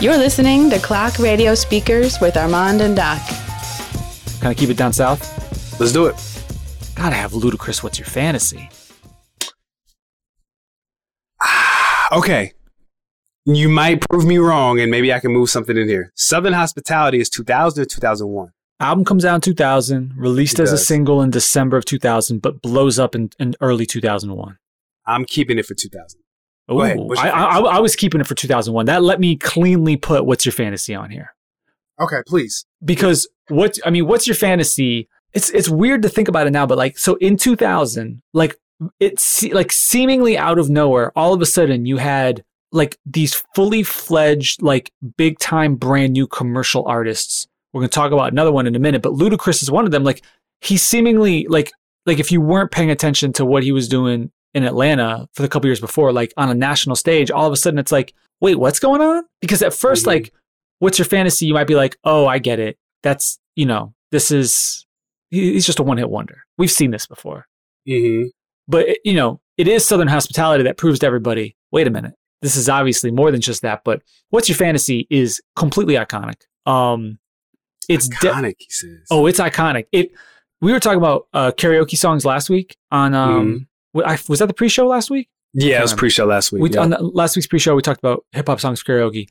You're listening to Clock Radio Speakers with Armand and Doc. Kind of keep it down south. Let's do it. Gotta have ludicrous. What's your fantasy? Okay. You might prove me wrong and maybe I can move something in here. Southern Hospitality is 2000 or 2001. Album comes out in 2000, released It as a does. single in December of 2000, but blows up in, in early 2001. I'm keeping it for 2000. Ooh, Go ahead. What's I, your I, I was keeping it for 2001. That let me cleanly put "What's Your Fantasy" on here Okay, please. because what I mean, "What's Your Fantasy"? It's it's weird to think about it now, but like so in 2000, like it's se- like seemingly out of nowhere, all of a sudden you had like these fully fledged, like big time, brand new commercial artists. We're gonna talk about another one in a minute, but Ludacris is one of them. Like he seemingly like like if you weren't paying attention to what he was doing in Atlanta for the couple years before, like on a national stage, all of a sudden it's like, wait, what's going on? Because at 1st Mhm. like, what's your fantasy? You might be like, oh, I get it. That's you know, this is he- he's just a one hit wonder. We've seen this before, Mm-hmm. but it- you know, it is Southern hospitality that proves to everybody. Wait a minute, this is obviously more than just that. But what's your fantasy is completely iconic. Um, it's de- Iconic, he says. Oh, it's iconic. It. We were talking about uh, karaoke songs last week on um. wa- I, was that the pre-show last week? yeah, it was pre-show last week. We, yeah. On the, last week's pre-show, we talked about hip hop songs karaoke.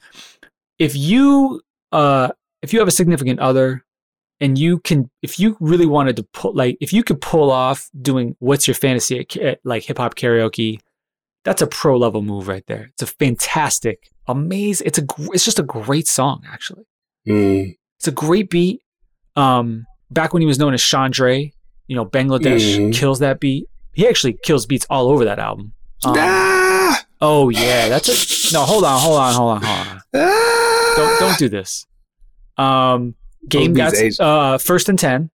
If you uh, if you have a significant other, and you can, if you really wanted to pull, like, if you could pull off doing what's your fantasy at, at like hip hop karaoke, that's a pro level move right there. It's a fantastic, amazing. It's a, gr- it's just a great song actually. Mm. It's a great beat. Um, back when he was known as Chandre, you know, Bangladesh Mhm. kills that beat. He actually kills beats all over that album. Um, ah! Oh yeah, that's a no. Hold on, hold on, hold on, hold on. Ah! Don't don't do this. Um, game Those got beats age. uh first and ten.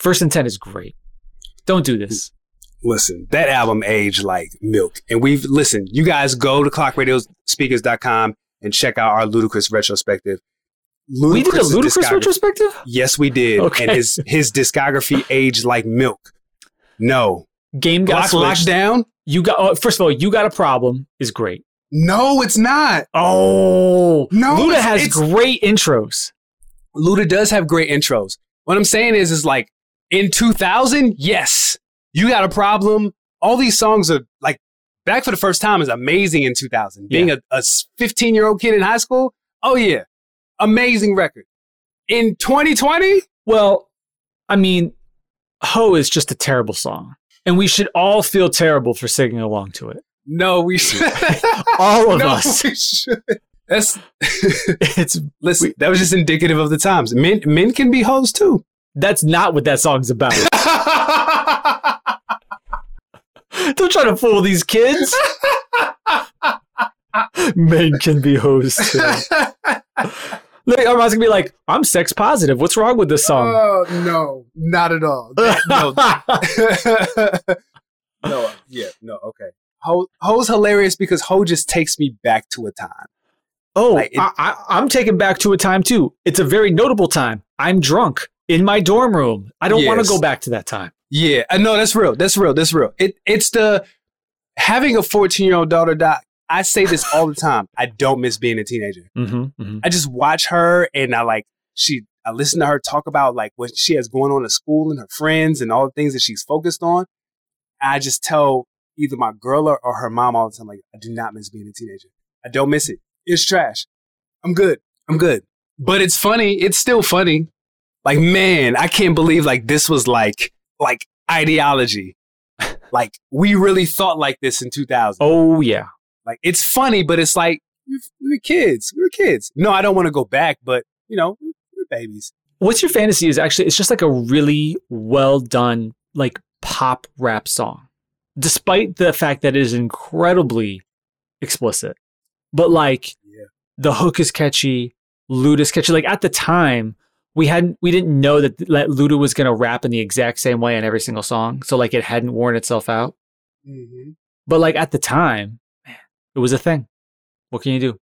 First and ten is great. Don't do this. Listen, that album aged like milk. And we've, listen, you guys go to clockradiospeakers.com and check out our Ludicrous retrospective. we did a Ludacris's ludicrous discography- retrospective. Yes, we did. Okay. And his, his discography aged like milk. No. Game got Block switched. Lockdown? You got oh, first of all, you got a problem is great. No, it's not. Oh No, Luda it's- has it's- great intros. Luda does have great intros. What I'm saying is, is like in 2000, yes, you got a problem. All these songs are like Back for the First Time is amazing in 2000. Being a 15 year old kid in high school, oh yeah, amazing record. In 2020, Well, I mean, Ho is just a terrible song, and we should all feel terrible for singing along to it. no, we should. All of no, us. we should. That's It's listen. that was just indicative of the times. Men, men can be hoes too. that's not what that song's about. Um, Don't try to fool these kids. Men can be hoes too. Like, Armand's gonna be like, "I'm sex positive. What's wrong with this song?" Oh no, not at all. no. no, yeah, no, okay. Ho, Ho's hilarious because Ho just takes me back to a time. oh, Like, it- I, I, I'm taken back to a time too. It's a very notable time. I'm drunk in my dorm room. I don't want to Yes. go back to that time. Yeah, uh, no, that's real. That's real. That's real. It, it's the having a 14 year old daughter, Doc. I say this all the time. I don't miss being a teenager. Mm-hmm, mm-hmm. I just watch her and I like she I listen to her talk about like what she has going on at school and her friends and all the things that she's focused on. I just tell either my girl or, or her mom all the time, like, I do not miss being a teenager. I don't miss it. It's trash. I'm good. I'm good. But it's funny. It's still funny. Like, man, I can't believe like this was like like ideology. like we really thought like this in 2000. Oh yeah. Like it's funny, but it's like we we were kids. We were kids. No, I don't want to go back, but you know, we we're babies. What's your fantasy is actually it's just like a really well done like pop rap song. Despite the fact that it is incredibly explicit. But like Yeah. the hook is catchy, Luda's catchy. Like at the time, we hadn't we didn't know that, that Luda was gonna rap in the exact same way in every single song. So like it hadn't worn itself out. Mm-hmm. But like at the time, man, it was a thing. What can you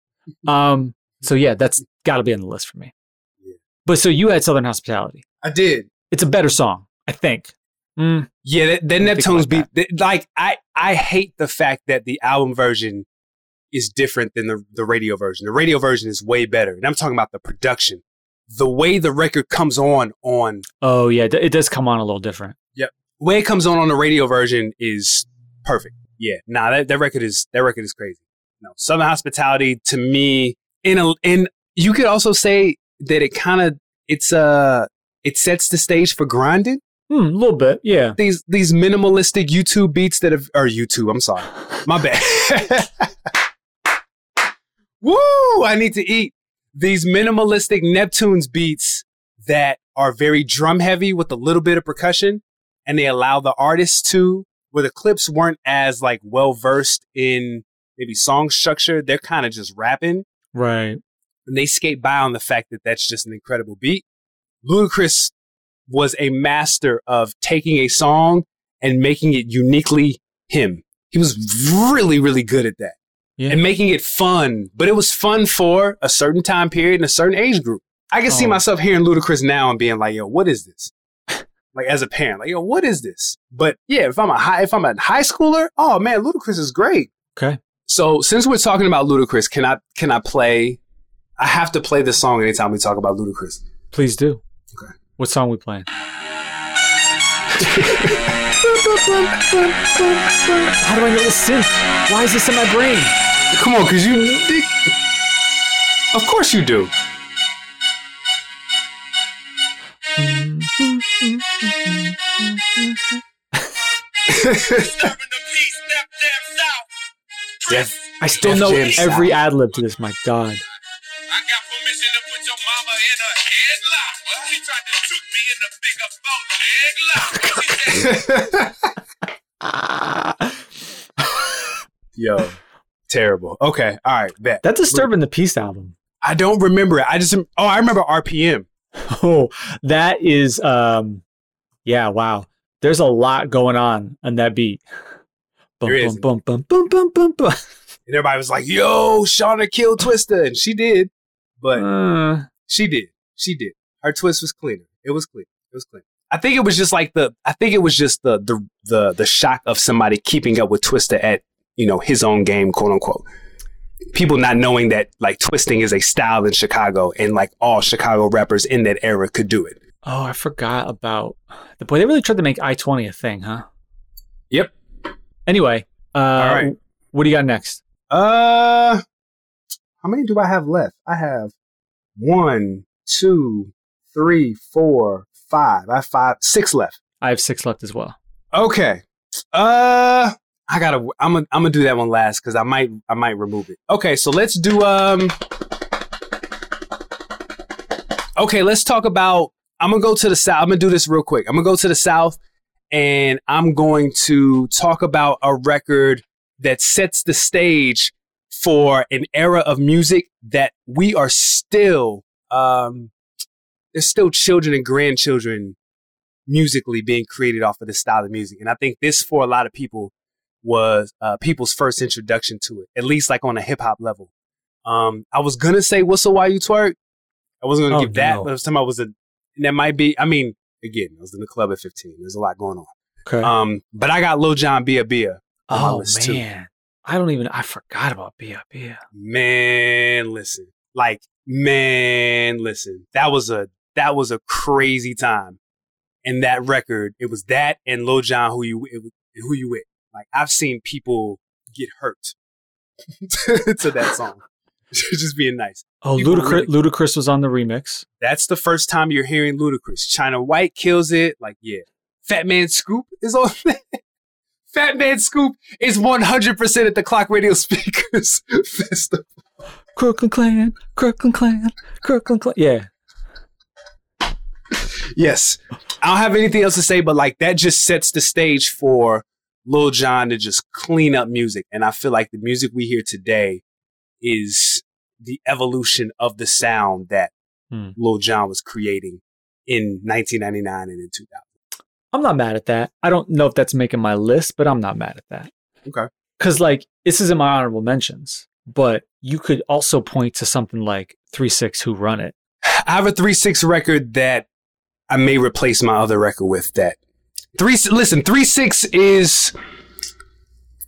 do? Um, so yeah, that's gotta be on the list for me. Yeah. But so you had Southern Hospitality I did. it's a better song, I think. Mm, Yeah, that, that Think about Neptunes beat. that- like I, I hate the fact that the album version is different than the, the radio version. The radio version is way better. And I'm talking about the production. The way the record comes on on Oh yeah, it it does come on a little different. way it comes on on the radio version is perfect. Yeah. Nah, that, that record is that record is crazy. No. Southern Hospitality to me in a and you could also say that it kind of it's uh it sets the stage for grinding. Hmm, a little bit. Yeah. These these minimalistic YouTube beats that have or YouTube, I'm sorry. My bad. Woo! I need to eat. These minimalistic Neptunes beats that are very drum heavy with a little bit of percussion, and they allow the artists to, where the clips weren't as like well versed in maybe song structure, they're kind of just rapping, Right. and they skate by on the fact that that's just an incredible beat. Ludacris was a master of taking a song and making it uniquely him. He was really, really good at that Yeah. and making it fun. But it was fun for a certain time period and a certain age group. I can see Oh. myself hearing Ludacris now and being like, "Yo, what is this?" like as a parent, like, "Yo, what is this?" But yeah, if I'm a high, if I'm a high schooler, oh man, Ludacris is great. Okay. So since we're talking about Ludacris, can I can I play? I have to play this song anytime we talk about Ludacris. Please do. Okay. What song we playing? How do I know this synth? Why is this in my brain? Come on, cause you. Of course you do. Yes. I still Def know Jam style. every ad lib to this. My God. I got permission to put your mama in a headlock. She tried to shoot me in the big about leg lock. She said, Yo, terrible. Okay, all right, bet. That's disturbing the peace album. I don't remember it. I just oh, I remember RPM. Oh, that is um yeah, wow. There's a lot going on on that beat. Bum, There bum, is. bum, bum, bum, bum, bum, bum. And everybody was like, yo, Shauna killed Twista. And she did. But Uh, she did. She did. Her twist was cleaner. It was clean. It was clean. I think it was just like the I think it was just the the the the shock of somebody keeping up with Twista at, you know, his own game, quote unquote. People not knowing that like twisting is a style in Chicago and like all Chicago rappers in that era could do it. oh, I forgot about the boy. They really tried to make I twenty a thing, huh? Yep. Anyway, uh right. what do you got next? Uh, how many do I have left? I have one, two, three, four, five. I have five, six left. I have six left as well. Okay. Uh, I gotta. I'm gonna. I'm gonna do that one last because I might. I might remove it. Okay, so let's do. Um. Okay, let's talk about. I'm gonna go to the south. I'm gonna do this real quick. I'm gonna go to the south, and I'm going to talk about a record that sets the stage for an era of music that we are still. Um, there's still children and grandchildren musically being created off of this style of music. And I think this, for a lot of people, was uh, people's first introduction to it, at least like on a hip hop level. Um, I was gonna say "Whistle While You Twerk." I wasn't gonna Oh, give that, no. but I was talking about was a, and that might be. I mean, again, I was in the club at 15. There's a lot going on. Okay. Um, but I got Lil John Bia Bia. on my oh list, too. man. I don't even I forgot about Bia Bia. Man, listen. Like, man, listen. That was a that was a crazy time. And that record, it was that and Lil Jon who you it, was- who you with. Like I've seen people get hurt to that song. Just being nice. Oh, People Ludacris, really- Ludacris was on the remix. That's the first time you're hearing Ludacris. China White kills it. Like, yeah. Fat Man Scoop is on there. Fat Man Scoop is 100% at the Clock Radio Speakers Festival. Crooklyn Clan, Crooklyn Clan, Crooklyn Clan. Yeah. Yes. I don't have anything else to say, but like that just sets the stage for Lil Jon to just clean up music. And I feel like the music we hear today is the evolution of the sound that Hmm. Lil Jon was creating in 1999 and in 2000. I'm not mad at that. I don't know if that's making my list, but I'm not mad at that. Okay. Because, like, this isn't my honorable mentions, but you could also point to something like 3 6 Who Run It. I have a 3 6 record that I may replace my other record with that. Three, listen, 3 6 is.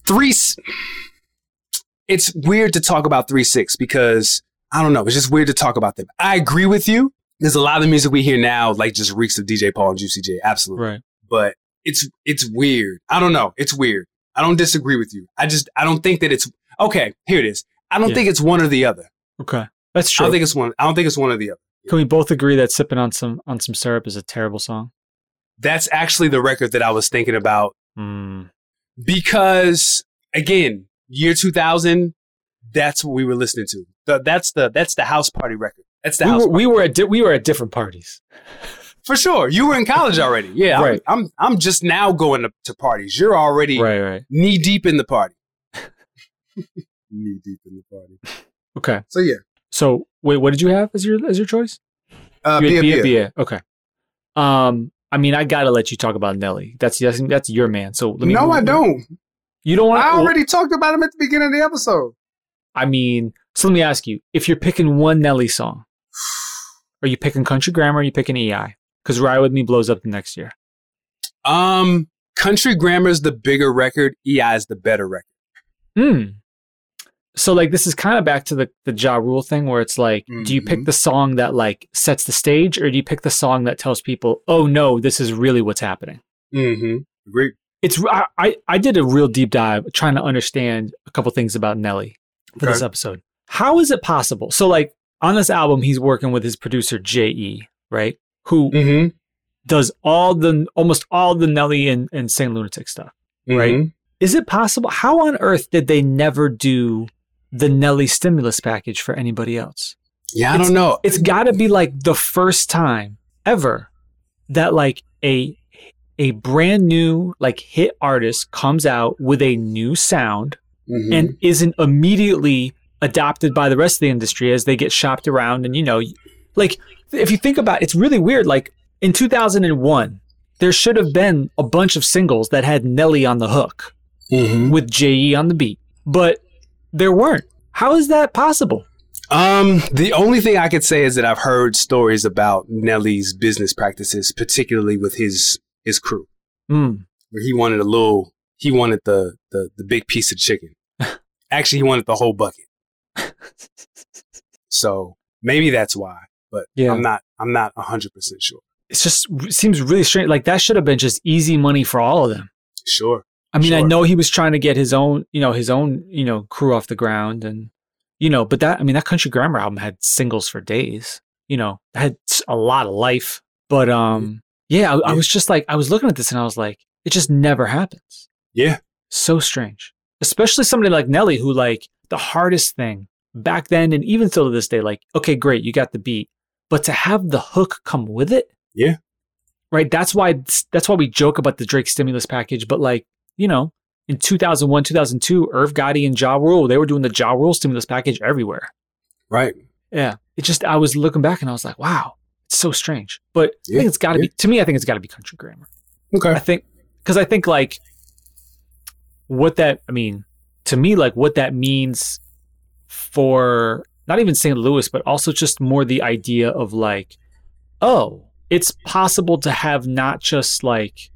3. s- it's weird to talk about Three Six because I don't know. It's just weird to talk about them. I agree with you. There's a lot of the music we hear now, like just reeks of DJ Paul and Juicy J. Absolutely, Right. but it's it's weird. I don't know. It's weird. I don't disagree with you. I just I don't think that it's okay. Here it is. I don't Yeah. think it's one or the other. Okay. That's I true. don't think it's one. I don't think it's one or the other. Can we both agree that sipping on some on some syrup is a terrible song? That's actually the record that I was thinking about Mm. because again, year 2000, that's what we were listening to. The, that's the that's the house party record. That's the We house were we were at di- we were at different parties. for sure. You were in college already. Yeah, I'm- Right. I'm, I'm just now going to, to parties. You're already Right. Right. knee deep in the party. knee deep in the party. Okay. So yeah, So wait, what did you have as your as your choice? uh, You had Bia Bia Bia. Bia. Okay. Um, I mean, I gotta let you talk about Nelly. That's that's, that's your man. So let me. no, I don't. You don't want. I already talked about him at the beginning of the episode. I mean, so let me ask you: if you're picking one Nelly song, are you picking Country Grammar? Or are you picking EI? Because Ride with Me blows up the next year. Um, Country Grammar's the bigger record. EI is the better record. Hmm. So like this is kind of back to the the Ja Rule thing where it's like, do you pick Mhm. the song that like sets the stage, or do you pick the song that tells people, oh no, this is really what's happening? Mm-hmm. Agree. it's I, I I did a real deep dive trying to understand a couple things about Nelly for Okay. this episode. How is it possible? So like on this album, he's working with his producer J.E. right, who Mm-hmm. does all the almost all the Nelly and and Saint Lunatic stuff. Right. Mm-hmm. Is it possible? How on earth did they never do the Nelly stimulus package for anybody else? Yeah, I It's- don't know. It's got to be like the first time ever that like a a brand new like hit artist comes out with a new sound Mhm. and isn't immediately adopted by the rest of the industry as they get shopped around and you know like if you think about it, it's really weird like in 2001 there should have been a bunch of singles that had Nelly on the hook Mhm. with JE on the beat but there weren't how is that possible Um, the only thing I could say is that I've heard stories about Nelly's business practices, particularly with his his crew, Hmm. where he wanted a little, he wanted the the, the big piece of chicken. Actually, he wanted the whole bucket. So maybe that's why, but Yeah. I'm not I'm not hundred percent sure. it's just it seems really strange. Like that should have been just easy money for all of them. Sure, I mean, I Sure. know he was trying to get his own, you know, his own, you know, crew off the ground, and you know, but that I mean, that Country Grammar album had singles for days. You know, it had s- a lot of life. But um, yeah, I, I Yeah. was just like, I was looking at this and I was like, it just never happens. yeah, So strange, especially somebody like Nelly, who like the hardest thing back then and even still to this day, like, okay, great, you got the beat, but to have the hook come with it, Yeah. right. That's why that's why we joke about the Drake stimulus package, but like, you know, in 2001, 2002, Irv Gotti and Ja Rule, they were doing the Ja Rule stimulus package everywhere. right. Yeah. It just, I was looking back and I was like, wow, it's so strange. But I Yeah, think it's got to yeah. be, to me, I think it's got to be country grammar. I Okay, think because I think like what that I mean to me like what that means for not even St. Louis but also just more the idea of like oh it's possible to have not just like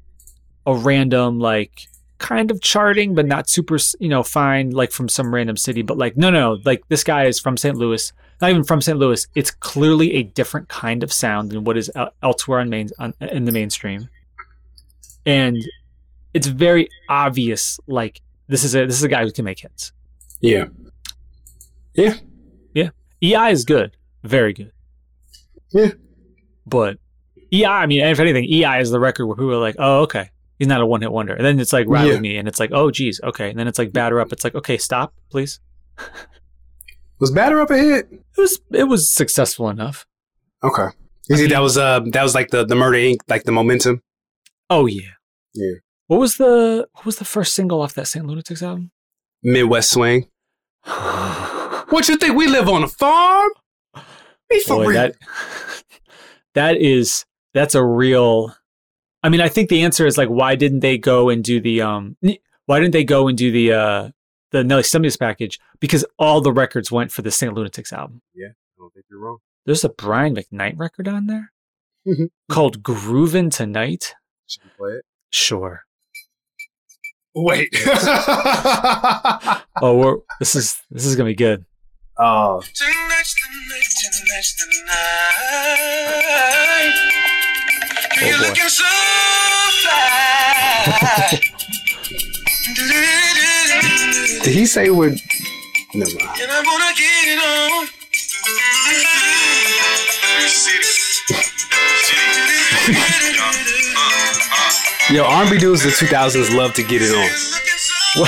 a random like kind of charting but not super you know fine like from some random city but like no no no like this guy is from St. Louis not even from St. Louis it's clearly a different kind of sound than what is el- elsewhere on main on, in the mainstream and it's very obvious like this is a this is a guy who can make hits yeah, ei E is good very good Yeah. but ei i mean if anything ei is the record where people are like oh okay he's not a one-hit wonder and then it's like ride Yeah. with me and it's like oh geez okay and then it's like batter up it's like okay stop please Was Batter Up a hit? it was it was successful enough okay. You see, that was uh, that was like the the Murder Inc. like the momentum. oh yeah Yeah. what was the what was the first single off that saint lunatics album Midwest swing. What you think we live on a farm? Be for Boy, real. that that is that's a real. I mean, I think the answer is like, why didn't they go and do the um? n- Why didn't they go and do the uh the Nelly Stimulus package? Because all the records went for the Saint Lunatics album. I don't think you're wrong. There's a Brian McKnight record on there Mhm. called Groovin' Tonight. Should we play it? Sure. Wait. Oh, we're, this is this is gonna be good. oh, Tonight's the night, tonight's the night. You're boy. looking so fly. Did he say with never mind. and I wanna get it on. City. City. Yo, R&B dudes the 2000s love to get it on. Looking so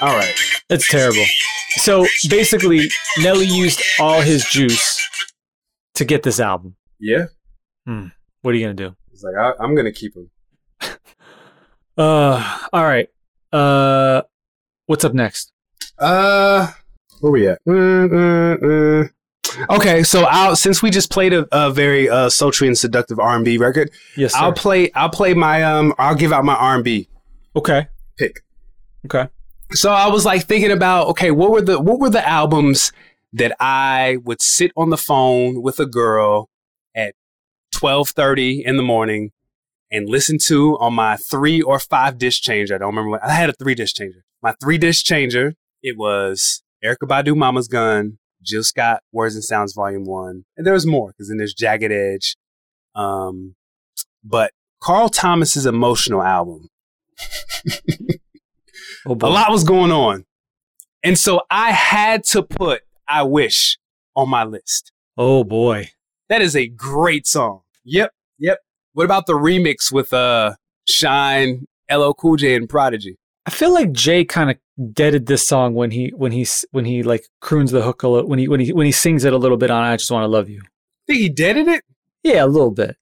All right. It's terrible. So basically, Nelly used all his juice to get this album. Yeah. What are you gonna do? He's like, I, I'm gonna keep him. Uh, all right. Uh, what's up next? Uh, where we at? Mm, mm, mm. Okay, so I'll since we just played a, a very uh, sultry and seductive R&B record, Yes, sir. I'll play. I'll play my um. I'll give out my R&B okay. pick. Okay. So I was like thinking about okay, what were the what were the albums that I would sit on the phone with a girl at twelve thirty in the morning and listen to on my three or five disc changer. I don't remember what I had a three disc changer. My three disc changer. It was Erica Badu, Mama's Gun, Jill Scott, Words and Sounds Volume One, and there was more because then there's Jagged Edge. Um, but Carl Thomas's emotional album Oh, boy. a lot was going on. And so I had to put I Wish on my list. Oh boy. That is a great song. Yep, yep. What about the remix with uh Shine, LL Cool J, and Prodigy? I feel like Jay kind of deaded this song when he when he s- when he like croons the hook a little when he when he when he sings it a little bit on I just want to love you. Think he deaded it? Yeah, a little bit.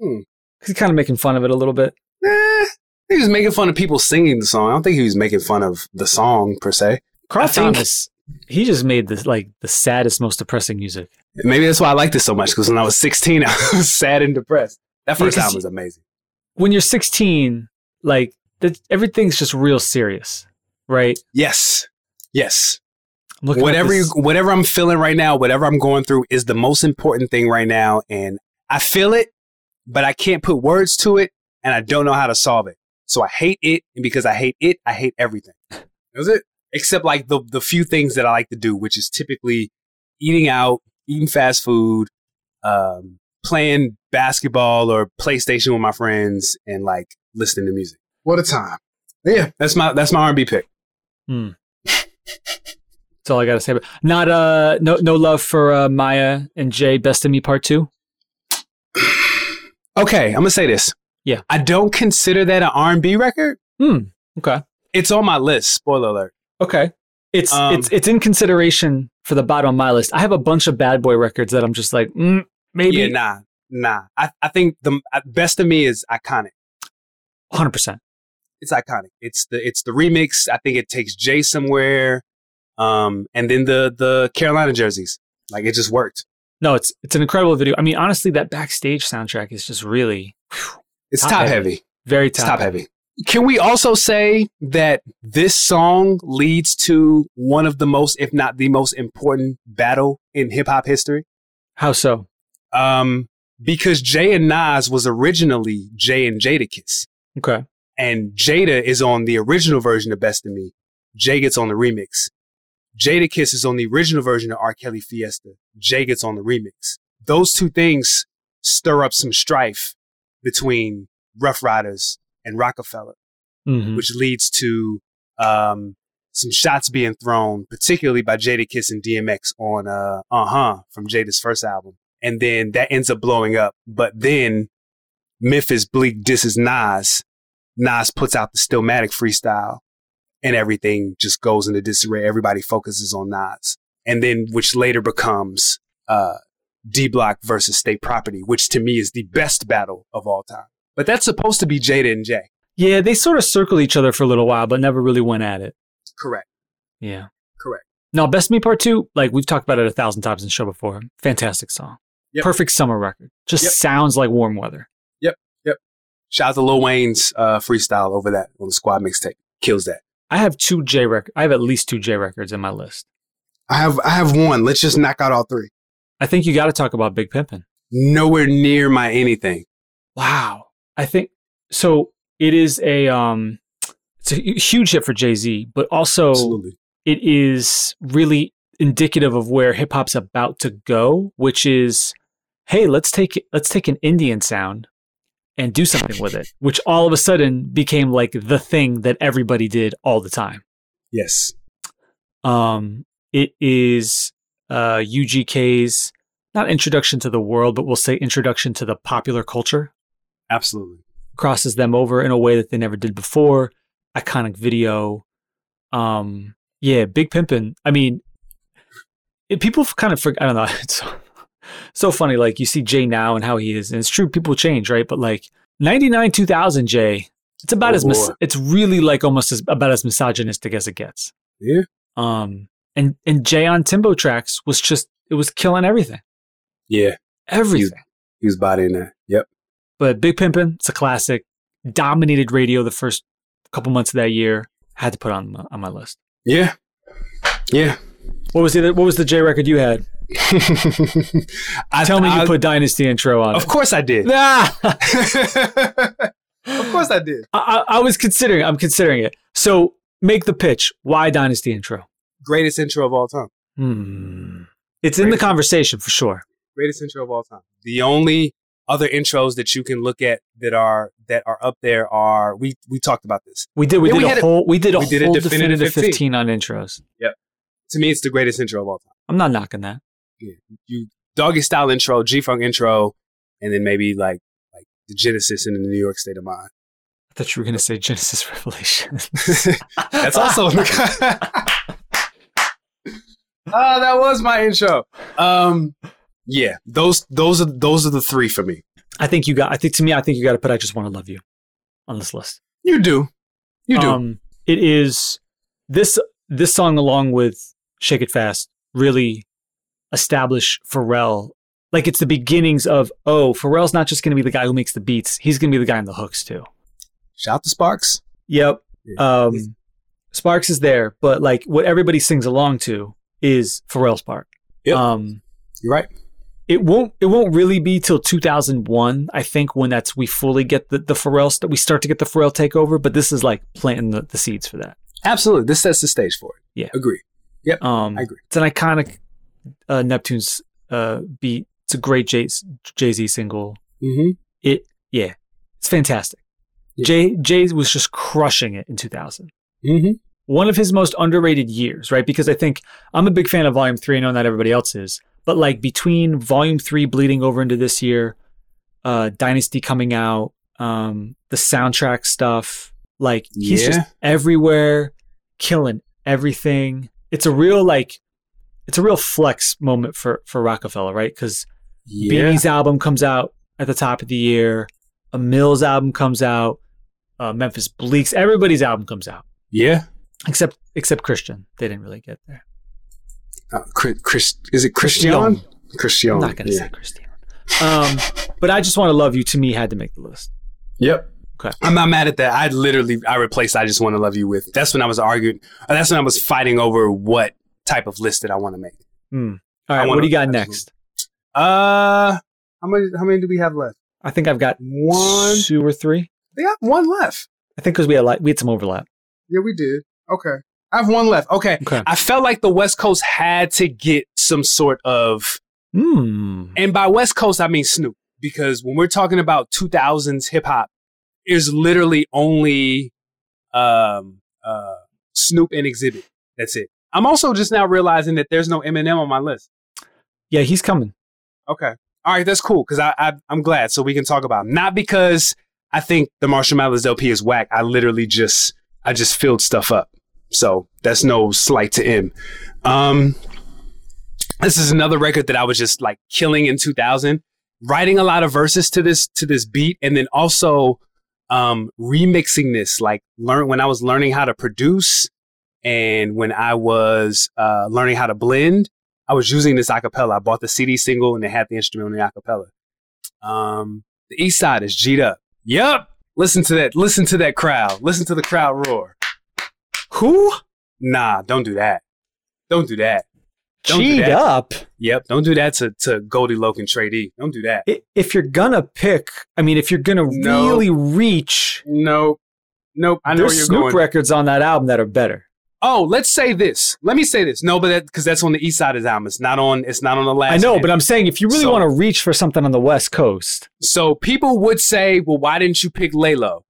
Hmm. Cause he's kind of making fun of it a little bit. Eh, he was making fun of people singing the song. I don't think he was making fun of the song per se. Carl I think- Thomas, he just made this like the saddest, most depressing music. Maybe that's why I like this so much because when I was 16, I was sad and depressed. That first Yeah, 'cause album was amazing. When you're 16, like that, everything's just real serious, right? Yes, yes. I'm looking at whatever this- you, whatever I'm feeling right now, whatever I'm going through is the most important thing right now, and I feel it, but I can't put words to it, and I don't know how to solve it. So I hate it, and because I hate it, I hate everything. That's it. Except like the the few things that I like to do, which is typically eating out, eating fast food, um, playing basketball or PlayStation with my friends, and like listening to music. what a time? Yeah. That's my that's my R&B pick. That's all I gotta say. But not uh, no no love for uh, Maya and Jay. Best of Me Part Two. Okay, I'm gonna say this. Yeah. I don't consider that an R&B record. Hmm. Okay. It's on my list. Spoiler alert. Okay. It's Um, it's it's in consideration for the bottom of my list. I have a bunch of Bad Boy records that I'm just like mm, maybe Yeah, nah, nah. I, I think the uh, best of me is iconic. 100. percent It's iconic. It's the it's the remix. I think it takes Jay somewhere, um, and then the the Carolina jerseys. Like it just worked. No, it's it's an incredible video. I mean, honestly, that backstage soundtrack is just really It's Top top, heavy. heavy. very It's top, top heavy. Can we also say that this song leads to one of the most, if not the most important battle in hip hop history? How so? um, because Jay and Nas was originally Jay and Jadakiss, Okay. and Jada is on the original version of Best of Me. Jay gets on the remix. Jadakiss is on the original version of R. Kelly Fiesta. Jay gets on the remix. Those two things stir up some strife between Rough Riders and Rockefeller hmm which leads to um, some shots being thrown, particularly by Jada Kiss and DMX on uh huh from Jada's first album. And then that ends up blowing up. But then Memphis Bleak disses Nas. Nas puts out the Stillmatic freestyle and everything just goes into disarray. Everybody focuses on Nas. And then which later becomes uh D Block versus State Property, which to me is the best battle of all time. But that's supposed to be Jada and Jay. Yeah, they sort of circle each other for a little while, but never really went at it. Correct. Yeah. Correct. Now, Best Me Part Two, like we've talked about it a thousand times in the show before. Fantastic song. Yep. Perfect summer record. Just Yep. sounds like warm weather. Shout out to Lil Wayne's uh, freestyle over that on the squad mixtape. Kills that. I have two J record. I have at least two J records in my list. I have I have one. Let's just knock out all three. I think you got to talk about Big Pimpin'. Nowhere near my anything. Wow. I think so. It is a um, it's a huge hit for Jay Z, but also Absolutely. it is really indicative of where hip hop's about to go, which is, hey, let's take let's take an Indian sound and do something with it, which all of a sudden became like the thing that everybody did all the time. Yes. Um, it is uh, UGK's not introduction to the world, but we'll say introduction to the popular culture. Absolutely. Crosses them over in a way that they never did before. Iconic video. Um, yeah, Big Pimpin'. I mean, it, people kind of forget. I don't know. It's so, so funny. Like you see Jay now and how he is, and it's true. People change, right? But like ninety nine two thousand Jay, it's about Oh, as mis- boy. it's really like almost as about as misogynistic as it gets Yeah. um and and jay on timbo tracks was just it was killing everything Yeah. everything He was bodying that. Yep. but big pimpin it's a classic dominated radio the first couple months of that year had to put it on my, on my list Yeah. Yeah. what was the other, what was the j record you had I, tell me I- you put dynasty intro on Of it course I did. nah, I, of course I did. I, I was considering i'm considering it so make the pitch why dynasty intro Greatest intro of all time. hmm. it's in the conversation for sure greatest intro of all time. The only other intros that you can look at that are that are up there are we we talked about this. we did we Yeah, we did had a a- whole we did a we did a whole definitive, definitive 15. 15. on intros To me, it's the greatest intro of all time. i'm not knocking that Doggy style intro, G funk intro, and then maybe like like the Genesis in the New York State of Mind. I thought you were going to say Genesis Revelation. That's also in the. Ah, that was my intro. Um, yeah, those those are those are the three for me. I think you got. I think to me, I think you got to put "I Just Want to Love You" on this list. You do. You do. Um, it is this this song along with "Shake It Fast" really establish Pharrell. Like it's the beginnings of oh, Pharrell's not just going to be the guy who makes the beats; he's going to be the guy in the hooks too. Shout to Sparks. Yep. Yeah. Um, Sparks is there, but like what everybody sings along to is Pharrell's part. Yep. Um, You're right. it won't it won't really be till 2001 i think when that's we fully get the the pharrell st- we start to get the pharrell takeover but this is like planting the, the seeds for that Absolutely, this sets the stage for it. Yeah. agree. um I agree. it's an iconic uh, neptune's uh beat it's a great Jay- jay-z single Mm-hmm. it yeah it's fantastic Yeah. jay jay was just crushing it in 2000 Mm-hmm. one of his most underrated years, right? Because I think I'm a big fan of Volume Three. I know not everybody else is, but like between Volume Three bleeding over into this year, uh, Dynasty coming out, um, the soundtrack stuff, like he's Yeah. just everywhere, killing everything. It's a real like, it's a real flex moment for for Rockefeller, right? Because Yeah. Beanie's album comes out at the top of the year. A Mills album comes out. Uh, Memphis Bleaks. Everybody's album comes out Yeah. except except Christian. They didn't really get there. Uh, Chris, Chris, is it Christian? Christian. I'm Oh, not going to yeah. say Christian. Um, but I just want to love you. To me, had to make the list. Yep. I'm not mad at that. I literally I replaced I just want to love you with. That's when I was arguing. uh, That's when I was fighting over what type of list that I want to make. Hmm. All I right, wanna- what do you got absolutely. next? Uh, how many how many do we have left? I think I've got One. two or three. They got one left. I think because we had like, we had some overlap. Yeah, we did. Okay. I have one left. Okay. Okay. I felt like the West Coast had to get some sort of, Hmm. and by West Coast I mean Snoop, because when we're talking about 2000s hip hop, there's literally only um uh Snoop and Exhibit. That's it. I'm also just now realizing that there's no Eminem on my list. Yeah, he's coming. Okay. All right, that's cool because I, I I'm glad so we can talk about him. Not because I think the Marshall Mathers LP is whack. I literally just I just filled stuff up. So that's no slight to him. Um, this is another record that I was just like killing in 2000, writing a lot of verses to this to this beat, and then also um, remixing this. Like learn when I was learning how to produce, and when I was uh, learning how to blend. I was using this acapella. I bought the CD single and it had the instrument on the acapella. Um, the East Side is G'd up. Yup. Listen to that. Listen to that crowd. Listen to the crowd roar. Who? Nah, don't do that. Don't do that. Don't do Cheat that. up. Yep. Don't do that to, to Goldie Loke and Trey D. Don't do that. I- If you're gonna pick, I mean, if you're gonna No. really reach, Nope. Nope. I know where there's you're Snoop going. records on that album that are better. oh, let's say this. Let me say this. No, but that because that's on the east side of the album. It's not on it's not on the last I know, one. but I'm saying if you really So- want to reach for something on the West Coast, so people would say, Well, why didn't you pick Lalo?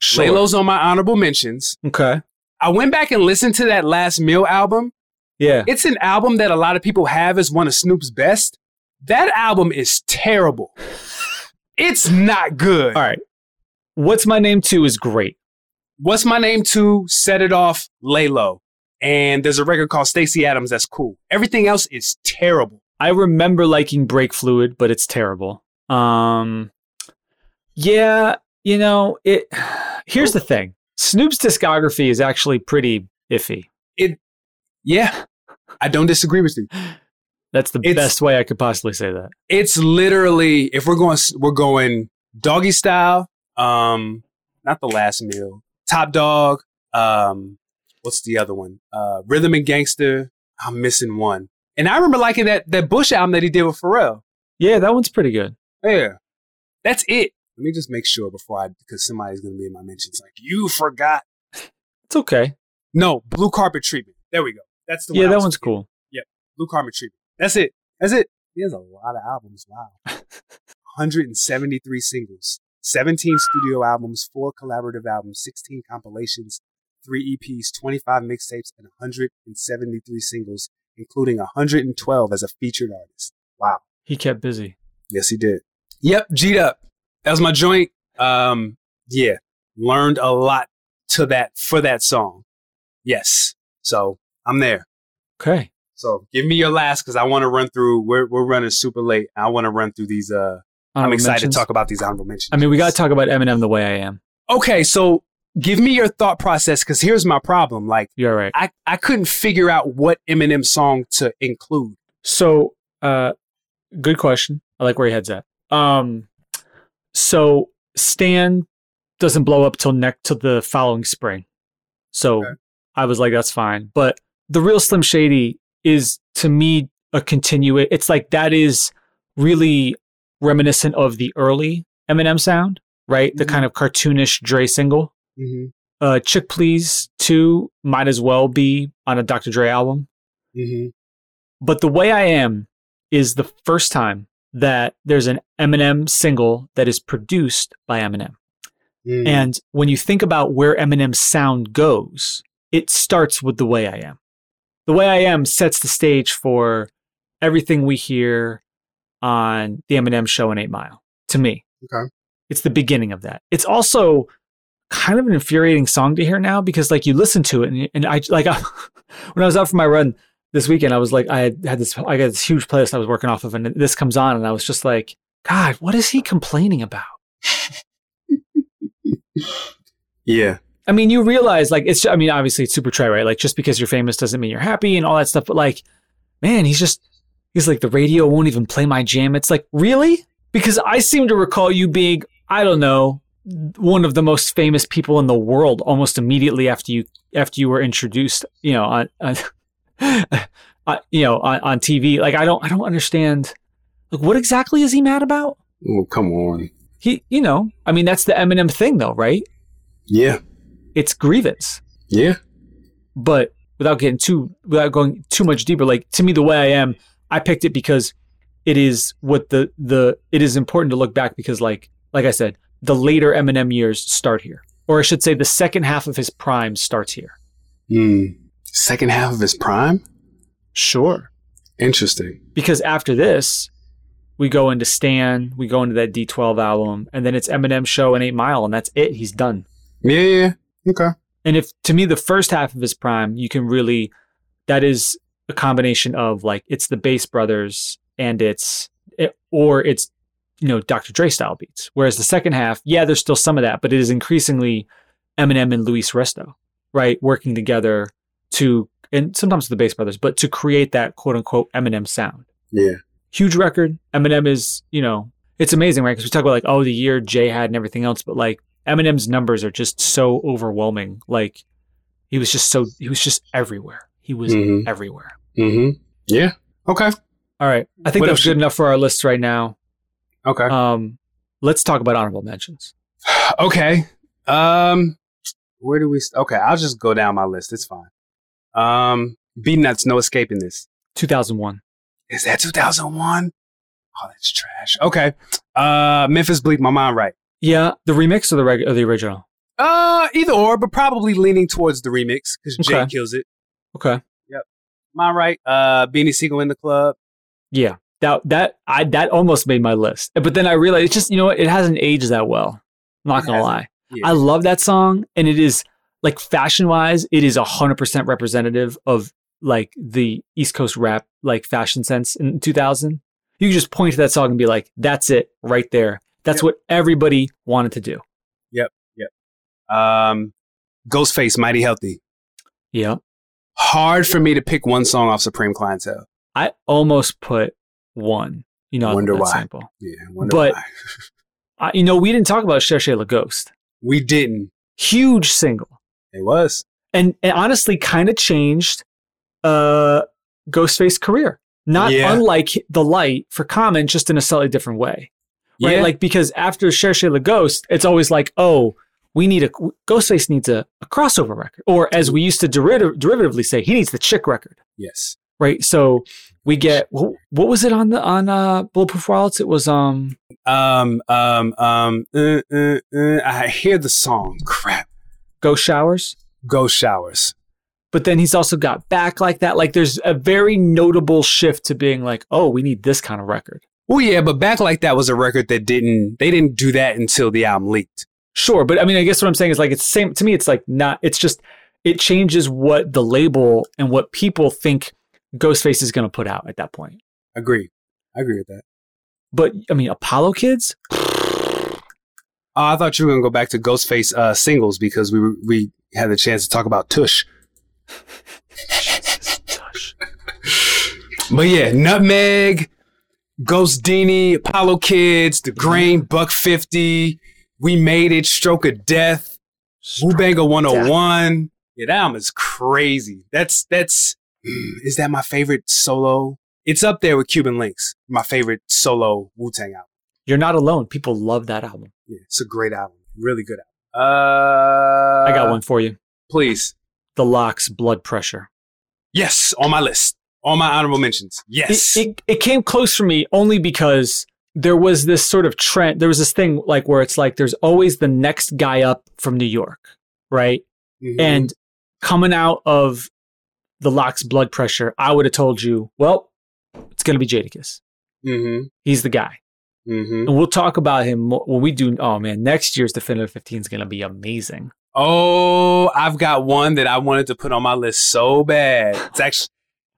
sure. Lalo's on my honorable mentions. Okay. I went back and listened to that last meal album. Yeah. It's an album that a lot of people have as one of Snoop's best. That album is terrible. it's not good. All right. What's My Name 2 is great. What's my name to set it off Lalo. And there's a record called Stacy Adams that's cool. Everything else is terrible. I remember liking Break Fluid, but it's terrible. Um Yeah, you know, it here's the thing. Snoop's discography is actually pretty iffy. Yeah. I don't disagree with you. That's the It's- best way I could possibly say that. It's literally if we're going we're going doggy style, um not the last meal. Top dog, um what's the other one? Uh Rhythm and Gangster. I'm missing one. And I remember liking that that Bush album that he did with Pharrell. Yeah, that one's pretty good. Yeah. That's it. Let me just make sure before I because somebody's gonna be in my mentions like you forgot It's okay. No, blue carpet treatment. There we go. That's the one Yeah, I that was one's thinking. cool. Blue carpet treatment. That's it. That's it. He has a lot of albums. Wow. 173 singles, 17 studio albums, 4 collaborative albums, 16 compilations, 3 EPs, 25 mixtapes, and 173 singles, including 112 as a featured artist. Wow. He kept busy. Yes, he did. Yep, G'd up. That was my joint. Um, yeah, learned a lot to that for that song. Yes, so I'm there. Okay. So give me your last because I want to run through. We're we're running super late. I want to run through these. Uh, I'm Honorable excited Um, mentions. to talk about these honorable mentions. I mean, we got to talk about Eminem the way I am. Okay, so give me your thought process because here's my problem. Like You're right. I I couldn't figure out what Eminem song to include. So, uh, good question. I like where your head's at. Um, so Stan doesn't blow up till neck till the following spring. So Okay. I was like, that's fine. But the real Slim Shady is to me a continue. It's like that is really reminiscent of the early Eminem sound, right? The Mhm. kind of cartoonish Dre single Mm-hmm. uh, Chick Please 2 might as well be on a Dr. Dre album. Mm-hmm. But The Way I Am is the first time that there's an Eminem single that is produced by Eminem. mm-hmm. Mm. And when you think about where Eminem's sound goes, it starts with The Way I Am. The Way I Am sets the stage for everything we hear on The Eminem Show and 8 Mile, to me. Okay. It's the beginning of that. It's also kind of an infuriating song to hear now because, like, you listen to it and, and I, like, when I was out for my run this weekend, I was like, I had had this, I got this huge playlist I was working off of, and this comes on, and I was just like, God, what is he complaining about? yeah, I mean, you realize like it's. I mean, obviously it's super trite, right? Like just because you're famous doesn't mean you're happy and all that stuff. But like, man, he's just he's like the radio won't even play my jam. It's like really because I seem to recall you being I don't know one of the most famous people in the world almost immediately after you after you were introduced. You know on. on Uh, you know, on, on TV, like I don't, I don't understand. Like, what exactly is he mad about? Oh, come on. He, you know, I mean, that's the Eminem thing, though, right? Yeah. It's grievance. Yeah. but without getting too without going too much deeper like to me the way i am i picked it because it is what the the it is important to look back because like like i said the later eminem years start here or i should say the second half of his prime starts here Hmm. Mm. Second half of his prime? sure Interesting. because after this we go into stan we go into that d12 album and then it's eminem show and eight mile and that's it he's done Yeah, yeah. yeah. Okay. And if to me the first half of his prime, you can really that is a combination of like it's the Bass Brothers and it's it, or it's you know Dr. Dre style beats. Whereas the second half, yeah, there's still some of that, but it is increasingly Eminem and Luis Resto, right, working together to and sometimes the Bass Brothers, but to create that quote unquote Eminem sound. Yeah. Huge record. Eminem is you know it's amazing, right? Because we talk about like oh the year Jay had and everything else, but like Eminem's numbers are just so overwhelming. Like he was just so he was just everywhere. He was Hmm. Mhm. everywhere. Mm-hmm. Yeah. Okay. All right. I think What that's else- good enough for our list right now. Okay. Um, let's talk about honorable mentions. okay. Um, where do we? St- okay, I'll just go down my list. It's fine. Um, B nuts, no escaping this. 2001. Is that 2001? Oh, that's trash. Okay. Uh, Memphis Bleak, my mind right. Yeah, the remix or the reg- or the original. Uh, either or, but probably leaning towards the remix because Jay Okay. kills it. Okay. My right. Uh, Beanie Siegel in the club. Yeah. That that I that almost made my list. But then I realized it's just, you know what, it hasn't aged that well. I'm not It gonna hasn't. lie. Yeah. I love that song and it is like fashion wise, it is hundred percent representative of like the East Coast rap like fashion sense in two thousand. You can just point to that song and be like, that's it right there. That's Yep. what everybody wanted to do. Um, Ghostface, mighty healthy. Yeah. Hard for me to pick one song off Supreme Clientele. I almost put one. You know, I Wonder love that why. sample. Yeah, I wonder But- why. I, you know, we didn't talk about Cherche La Ghost. we didn't. Huge single. It was and, and honestly kind of changed uh Ghostface's career. Not Yeah. unlike the light for Common, just in a slightly different way. Right? yeah. Like because after Cherche the Ghost, it's always like, oh, we need a Ghostface needs a, a crossover record. Or as we used to deriv- derivatively say, he needs the chick record. yes. Right. So we get wh- what was it on the on uh Bulletproof Wallets? It was um Um, um, um, uh, uh, uh, I hear the song. Crap. Ghost Showers. Ghost Showers. but then he's also got back like that. Like there's a very notable shift to being like, oh, we need this kind of record. Oh yeah, but back like that was a record that didn't. They didn't do that until the album leaked. Sure, but I mean, I guess what I'm saying is like it's the same to me. It's like not. It's just it changes what the label and what people think Ghostface is going to put out at that point. Agree. I agree with that. But I mean, Apollo Kids. Oh, I thought you were gonna go back to Ghostface uh, singles because we were, we had the chance to talk about Tush. Tush. But yeah, Nutmeg, Ghost Dini, Apollo Kids, The Grain, Buck Fifty, We Made It, Stroke of Death, Wu Banger One Hundred One. Yeah, that album is crazy. That's that's mm, is that my favorite solo? It's up there with Cuban Links. My favorite solo Wu Tang album. You're not alone. People love that album. Yeah, it's a great album. Really good album. Uh, I got one for you. Please. The Locks, Blood Pressure. Yes, on my list. On my honorable mentions. Yes. It, it, it came close for me only because there was this sort of trend. There was this thing like where it's like there's always the next guy up from New York, right? Mhm. And coming out of the Locks blood pressure, I would have told you, well, it's going to be Jadakiss. Mhm. He's the guy. Mhm. And we'll talk about him mo- when we do. Oh, man, next year's Definitive 15 is going to be amazing. Oh, I've got one that I wanted to put on my list so bad. It's actually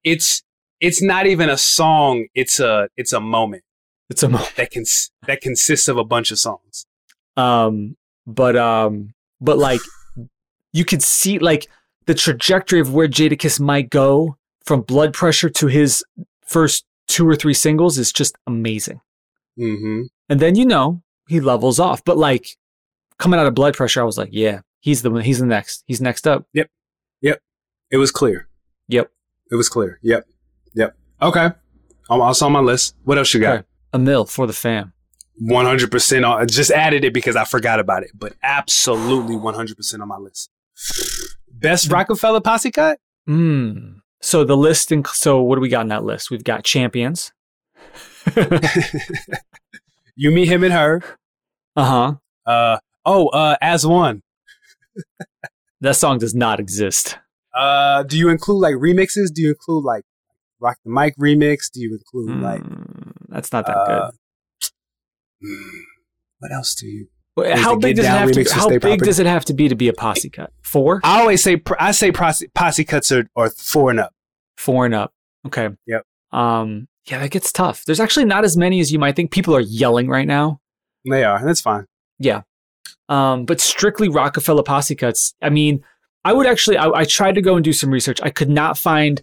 it's it's not even a song, it's a it's a moment It's a mo- that can that consists of a bunch of songs. um but um but like you could see like the trajectory of where Jadakiss might go from blood pressure to his first two or three singles is just amazing. Mhm. And then you know he levels off, but like coming out of blood pressure, I was like, yeah, he's the one, he's the next, he's next up. It was clear. Yep. It was clear. Yep. Yep. Okay. I'm also on my list. What else you got? Okay. A mill for the fam. One hundred percent. I just added it because I forgot about it, but absolutely one hundred percent on my list. Best Mm-hmm. Rockefeller posse cut. Mm. So the list, inc- so what do we got in that list? We've got champions. uh You meet him and her. huh. Uh oh. Uh, as one. That song does not exist. Uh, do you include like remixes? Do you include like Rock the Mic remix? Do you include like Mm, that's not that good. uh, hmm, what else do you? Well, Is how the big Get does it Down have to? remix How with Stay big Poppin'? Uh, does it have to be to be a posse cut? Four, I always say pr- I say posse, posse cuts are, are four and up. four and up. Okay. Yep. Um. Yeah, that gets tough. There's actually not as many as you might think. People are yelling right now. They are, and that's fine. Um. But strictly Rockefeller posse cuts. I mean, I would actually. I, I tried to go and do some research. I could not find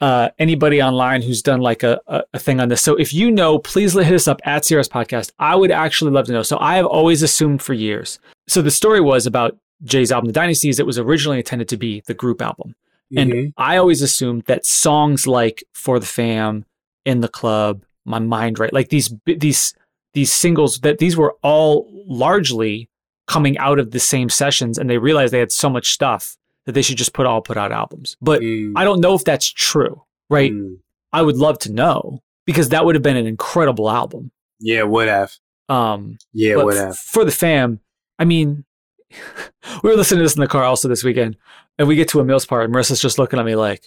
uh anybody online who's done like a, a a thing on this. So if you know, please hit us up at Sierra's Podcast. I would actually love to know. So I have always assumed for years. So the story was about Jay's album, The Dynasty, is it was originally intended to be the group album. And Mhm. I always assumed that songs like "For the Fam," "In the Club," "My Mind Right," like these bi- these these singles, that these were all largely coming out of the same sessions, and they realized they had so much stuff that they should just put all put out albums. But Mm, I don't know if that's true, right? mm. I would love to know because that would have been an incredible album. Yeah, would have. Um, Yeah, but would f- have. for the fam, I mean, we were listening to this in the car also this weekend, and we get to a Mills part, and Marissa's just looking at me like,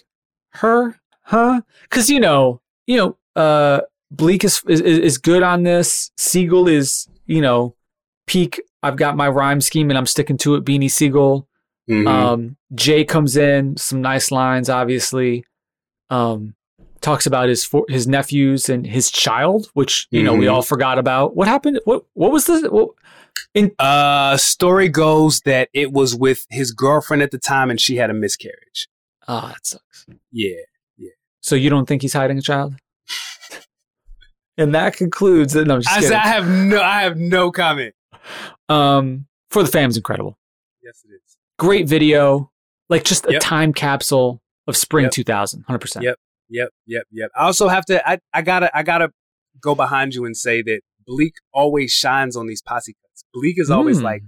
"Her, huh?" Because you know, you know, uh, Bleak is, is is good on this. Siegel is, you know, peak. I've got my rhyme scheme, and I'm sticking to it. Beanie Siegel. Mhm. Um, Jay comes in, some nice lines, obviously. Um, talks about his four, his nephews and his child, which you know we Mhm. all forgot about. What happened? What what was this? What, Uh, story goes that it was with his girlfriend at the time, and she had a miscarriage. ah, that sucks. Yeah, So you don't think he's hiding a child? and that concludes. No, I'm just I, said, kidding. I have no, I have no comment. um, for the fam's incredible. Yes, it is. Great video, like just a Yep. time time capsule of spring Yep. 2000, 100 percent. Yep. Yep, yep, yep. I also have to. I, I gotta, I gotta go behind you and say that Bleak always shines on these posse cuts. Bleak is always Mm. like,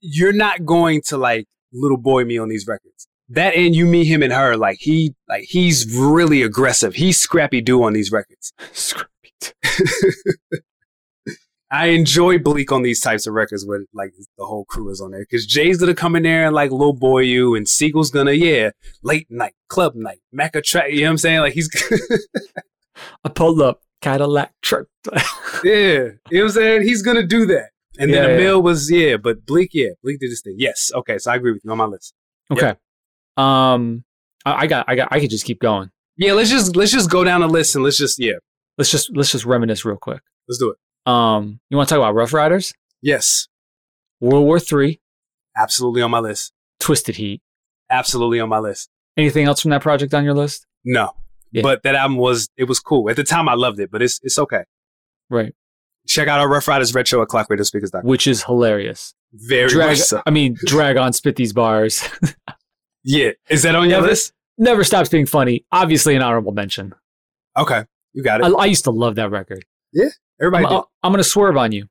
you're not going to like little boy me on these records. That and you, me, him, and her. Like he, like he's really aggressive. He's scrappy do on these records. I enjoy Bleak on these types of records when like the whole crew is on there because Jay's gonna come in there and like little boy you and Siegel's gonna yeah late night club night Maca track you know what I'm saying like he's I pulled up Cadillac truck. yeah you know what I'm saying he's gonna do that and Yeah, then yeah. Emil was yeah but Bleak yeah Bleak did this thing yes okay so I agree with you on my list Okay. Um, I, I got, I got, I could just keep going. yeah let's just let's just go down the list and let's just yeah Let's just, let's just reminisce real quick. let's do it Um, you want to talk about Rough Riders, yes World War Three, absolutely on my list Twisted Heat. absolutely on my list Anything else from that project on your list? no Yeah. but that album was it was cool at the time I loved it but it's it's okay Right, check out our Rough Riders retro at clockradiospeakers.com which is hilarious. Very Drag, much so. I mean, drag on spit these bars. Yeah. Is that on your Never- list? Never stops being funny. Obviously, an honorable mention. Okay. You got it. I, I used to love that record. Everybody Uh, I'm, did. I'm gonna swerve on you.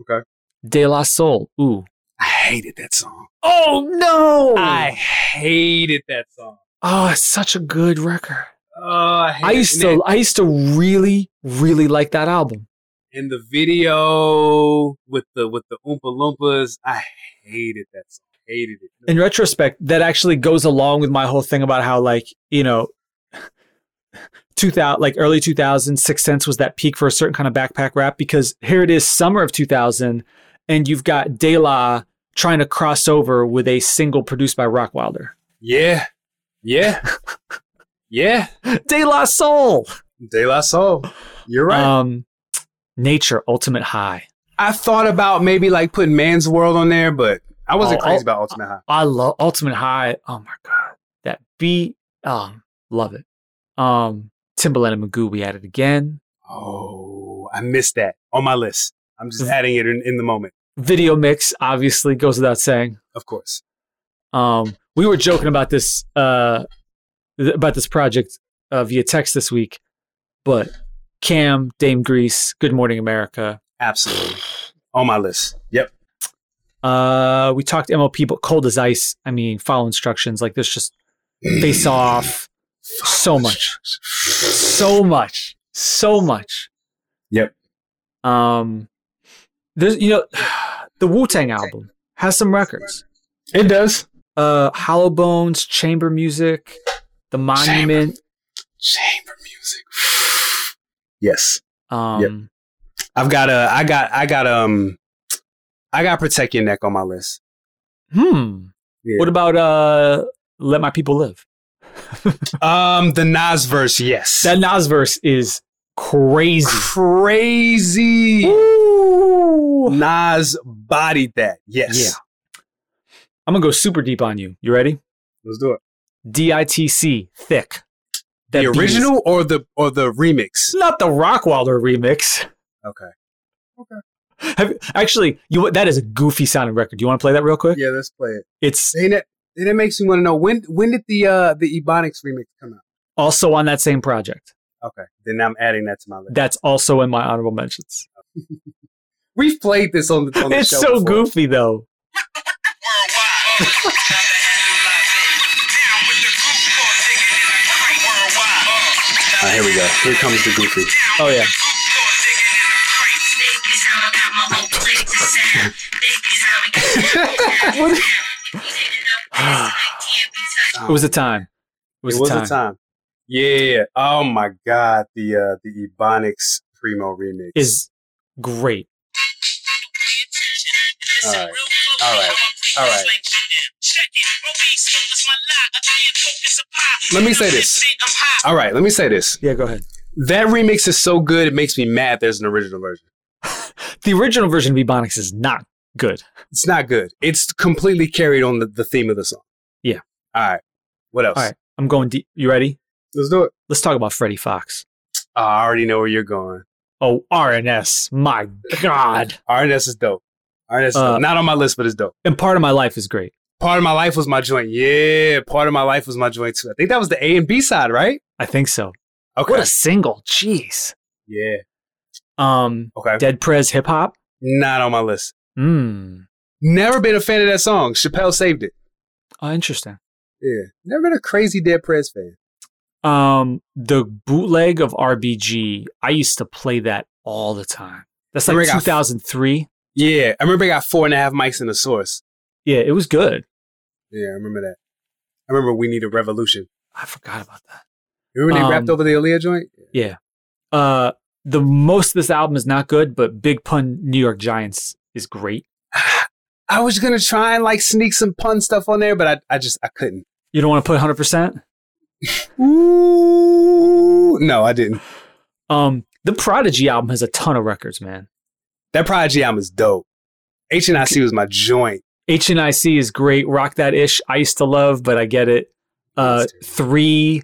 Okay. De La Soul. Ooh. I hated that song. Oh no! I hated that song. oh, it's such a good record. Oh, I, hated I used and to, I used to really, really like that album. that- And the video with the with the Oompa Loompas, I hated that song. Hated it. in retrospect, that actually goes along with my whole thing about how like you know, two thousand like early two thousand Sixth Sense was that peak for a certain kind of backpack rap because here it is summer of two thousand, and you've got De La trying to cross over with a single produced by Rock Wilder, yeah. Yeah. yeah. De La Soul, De La Soul. You're right. um, Nature Ultimate High. I thought about maybe like putting Man's World on there, but I wasn't Oh, crazy oh, about Ultimate High. I love Ultimate High. Oh my god, that beat, um, love it. Um, Timbaland and Magoo, we at it again. Oh, I missed that on my list. I'm just adding it in, in the moment, video mix obviously goes without saying. of course. Um, we were joking about this uh, th- about this project uh, via text this week, but Cam, Dame Grease, Good Morning America. Absolutely. On my list. Yep. Uh, we talked MLP, but Cold as Ice. I mean, follow instructions. Like there's just face off. So much, so much, so much. Yep. Um, there's you know, the Wu Tang album has some records. It does. uh hollow bones chamber music the monument Chamber music. yes. um I've got a I got I got um I got Protect Your Neck on my list. hmm Yeah. what about uh let my people live Um the Nas verse, yes. that Nas verse is crazy crazy. Ooh. Nas bodied that. Yes. Yeah. i'm gonna go super deep on you you ready Let's do it. ditc thick That the beat is- original or the or the remix? it's not the rockwilder remix Okay. Have, actually you that is a goofy sounding record you want to play that real quick Yeah, let's play it. it's Ain't it And it makes me want to know when when did the uh the Ebonics remix come out? Also on that same project. Okay, then I'm adding that to my list. That's also in my honorable mentions. We've played this on the on the It's show. so before. goofy though. All right, here we go. Here comes the goofy. Oh yeah. It was a time. It was, it a, was time. a time. Yeah. Oh my God. The uh the Ebonics Primo remix Is great. All right. All right. All right. Let me say this. All right. Let me say this. Yeah, go ahead. That remix is so good. It makes me mad. There's an original version. The original version of Ebonics is not good. It's not good. It's completely carried on the, the theme of the song. Yeah. All right. What else? All right. I'm going deep. You ready? Let's do it. Let's talk about Freddie Fox. Oh, I already know where you're going. Oh, RNS. My God. RNS is dope. RNS is Uh, dope. not on my list, but it's dope. And part of my life is great. Part of my life was my joint. Yeah. Part of my life was my joint too. I think that was the A and B side, right? I think so. Okay. What a single. Jeez. yeah. Um, Okay. Dead Prez hip hop. Not on my list. Mm. Never been a fan of that song. Chappelle saved it. Oh, interesting. Yeah. Never been a crazy Dead Prez fan. Um, the bootleg of RBG. I used to play that all the time. That's like Rick, I- 2003. Yeah. I remember I got four and a half mics in the source. Yeah, it was good. Yeah, I remember that. I remember We Need a Revolution. I forgot about that. You remember when they Um, rapped over the Aaliyah joint? Uh, the most of this album is not good, but Big Pun New York Giants is great. I was gonna try and like sneak some pun stuff on there, but I, I just I couldn't. You don't want to put 100%? Ooh, no, I didn't. Um, the Prodigy album has a ton of records, man. That Prodigy album is dope. H and I C was my joint. H and I C is great. Rock that ish. I used to love, but I get it. Uh, three.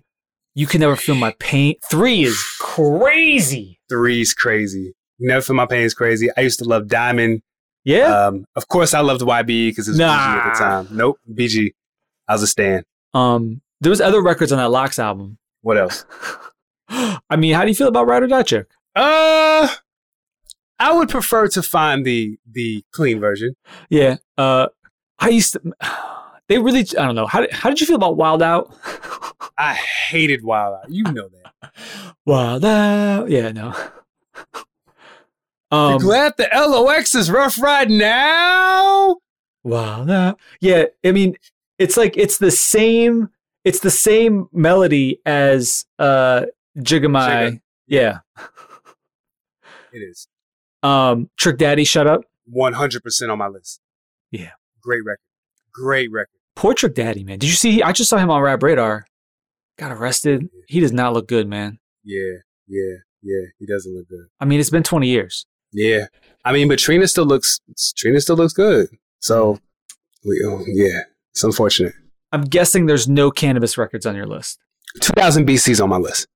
You can never feel my pain. Three is crazy. Three's crazy. Never feel my pain is crazy. I used to love Diamond. Yeah. Um, of course I loved YB because it was BG at the Nah. time. Nope, BG. I was a stan. um, there was other records on that Locks album. What else? I mean, how do you feel about Ride or Die Chick? Uh, I would prefer to find the the clean version. Yeah. Uh, I used to. They really. I don't know. How did, how did you feel about Wild Out? I hated Wild Out. You know that. Wild Out. Yeah. No. Um, you glad the LOX is rough right now? Wow, that yeah. I mean, it's like it's the same. It's the same melody as uh Jigamai. Jigga. Yeah. It is Um, Trick Daddy, shut up. 100% on my list. Yeah. Great record. Great record. Poor Trick Daddy, man. Did you see? I just saw him on Rap Radar. Got arrested. He does not look good, man. Yeah, yeah, yeah. He doesn't look good. I mean, it's been 20 years. Yeah. I mean, but Trina still looks Trina still looks good. So we oh, yeah. It's unfortunate. I'm guessing there's no cannabis records on your list. 2000 BC's on my list.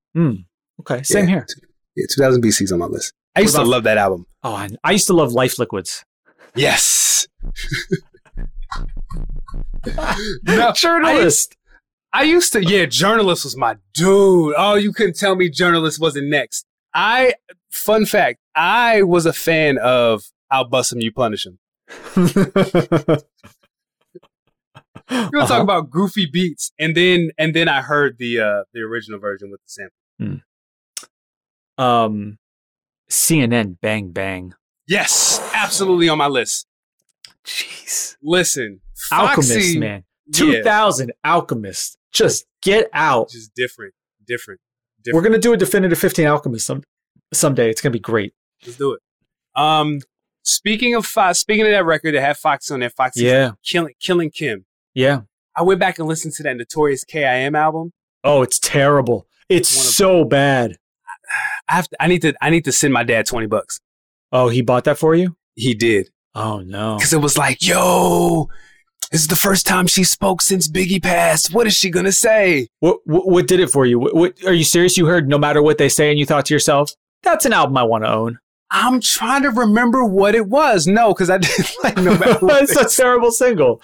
Okay, same Yeah. here. Yeah, 2000 BC's on my list. I used to about- love that album. Oh, and I used to love Life Liquids. Yes. no, Journalist. I used to, yeah, journalist was my dude. Oh, you couldn't tell me journalist wasn't next. I, fun fact, I was a fan of I'll Bust Him, You Punish Him. You want to talk Uh-huh. about goofy beats, and then and then I heard the uh the original version with the sample. um, CNN, Bang Bang. Yes, absolutely on my list. Jeez. Listen, Alchemist, Foxy, man. yeah, 2000 Alchemist. Just get out. just different, different, different. We're going to do a definitive 15 Alchemist some, someday. It's going to be great. Let's do it. Um, speaking of Fox, speaking of that record that had Foxy on there, Foxy killing killing Kim. Yeah. I went back and listened to that Notorious K.I.M. album. Oh, it's terrible. It's One of- so bad. I have to, I need to I need to send my dad twenty bucks. Oh, he bought that for you? He did Oh, no. because it was like, yo, this is the first time she spoke since Biggie passed. What is she gonna say? What, what, what did it for you? What, what, are you serious? You heard No Matter What They Say and you thought to yourself, that's an album I want to own. I'm trying to remember what it was. No, because I didn't like no matter what. it's a terrible single.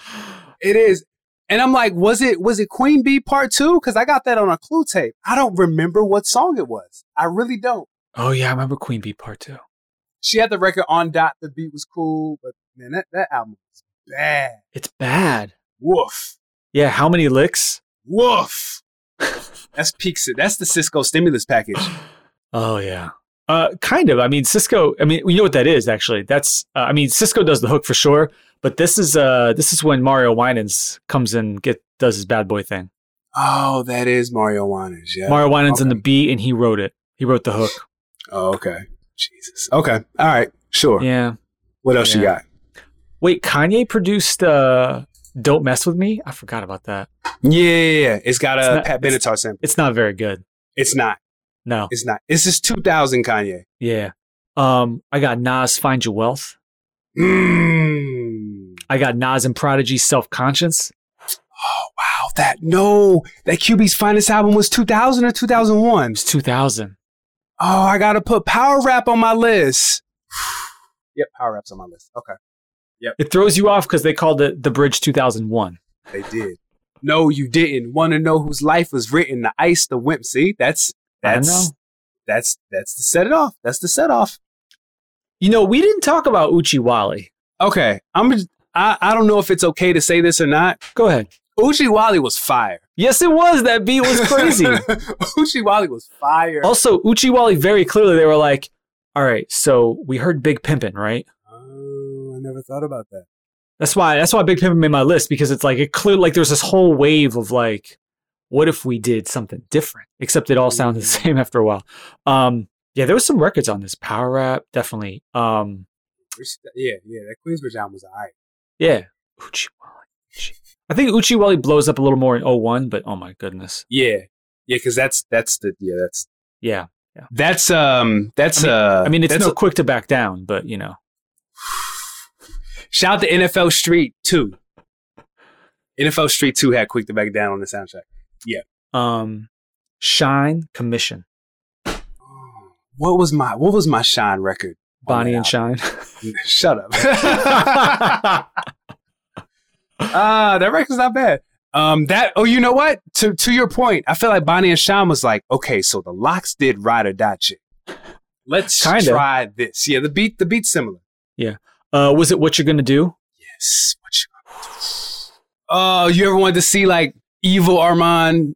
it is. And I'm like, was it was it Queen Bee Part Two? Because I got that on a Clue tape. I don't remember what song it was. I really don't. Oh yeah, I remember Queen Bee Part Two. She had the record on dot. The beat was cool, but man, that, that album was bad. It's bad. Woof, Yeah, how many licks? woof. That's peaks. That's the Cisco stimulus package. Oh yeah. Uh, kind of. I mean, Cisco. I mean, you know what that is actually. That's. Uh, I mean, Cisco does the hook for sure. But this is. Uh, this is when Mario Winans comes and get does his bad boy thing. Oh, that is Mario Winans. Yeah. Mario Winans in the okay. beat, and he wrote it. He wrote the hook. oh, okay. Jesus. Okay. All right. Sure. Yeah. What else you Yeah. got? Wait, Kanye produced. Uh, Don't mess with me. I forgot about that. Yeah, yeah, yeah. It's got a It's not- Pat it's- Benatar sample. It's not very good. It's not. No. It's not. It's just 2000 Kanye. Yeah. Um, I got Nas Find Your Wealth. Mm. I got Nas and Prodigy Self Conscience. Wow, that no, that QB's finest album was 2000 or 2001. It's 2000. Oh, I gotta put Power Rap on my list. yep, Power Rap's on my list. Okay, It throws you off because they called it The Bridge 2001. they did. No, you didn't. Want to know whose life was written? The Ice, the Wimp. See, that's I don't that's know. that's that's the set it off. That's the set off. You know, we didn't talk about Uchi Wally. Okay, I'm. I I don't know if it's okay to say this or not. Go ahead. Uchi Wally was fire. Yes, it was. That beat was crazy. Uchi Wally was fire. also, Uchi Wally very clearly, they were like, all right, so we heard Big Pimpin', right? Oh, I never thought about that. That's why that's why Big Pimpin' made my list because it's like it clear like there's this whole wave of like, what if we did something different? Except it all sounds the same after a while. Um, yeah, there was some records on this Power Rap, definitely. Um, Yeah, yeah, that Queensbridge album was alright. yeah, Uchi Wally. Uchi- I think Uchi Wally blows up a little more in 01, but oh my goodness, Yeah, yeah, because that's that's the yeah that's yeah. that's um that's uh I mean, it's that's no quick to back down, but you know, a- shout out to NFL Street Two. NFL Street Two had Quick to Back Down on the soundtrack. um, Shine Commission, What was my what was my Shine record? Bonnie Oh, and Shine. Shut up. Ah, that record's not bad. Um, that oh, you know what? To to your point, I feel like Bonnie and Sean was like, okay, so the locks did ride or die shit. Let's Kinda. try this. Yeah, the beat the beat's similar. Uh, was it What You're Gonna Do? Yes. What you Oh, you ever wanted to see like evil Armand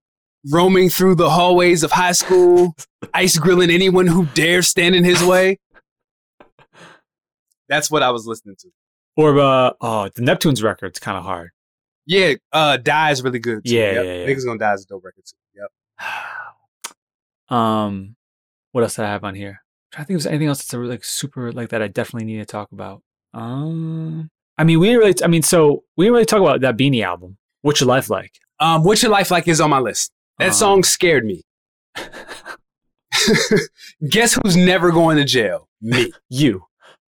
roaming through the hallways of high school, ice grilling anyone who dares stand in his way? That's what I was listening to. Or uh, oh, the Neptune's record's kind of hard. Yeah, uh, Die is really good. Too. Yeah, Yep. yeah, yeah. Niggas Gonna Die is a dope record too. Yep. um, what else did I have on here? i trying to think if there's anything else that's a, really, like super like that I definitely need to talk about. Um, I mean, we didn't really. I mean, so we didn't really talk about that Beanie album. What's your life like? Um, What's Your Life Like is on my list. That Um, song scared me. Guess who's never going to jail? Me. You.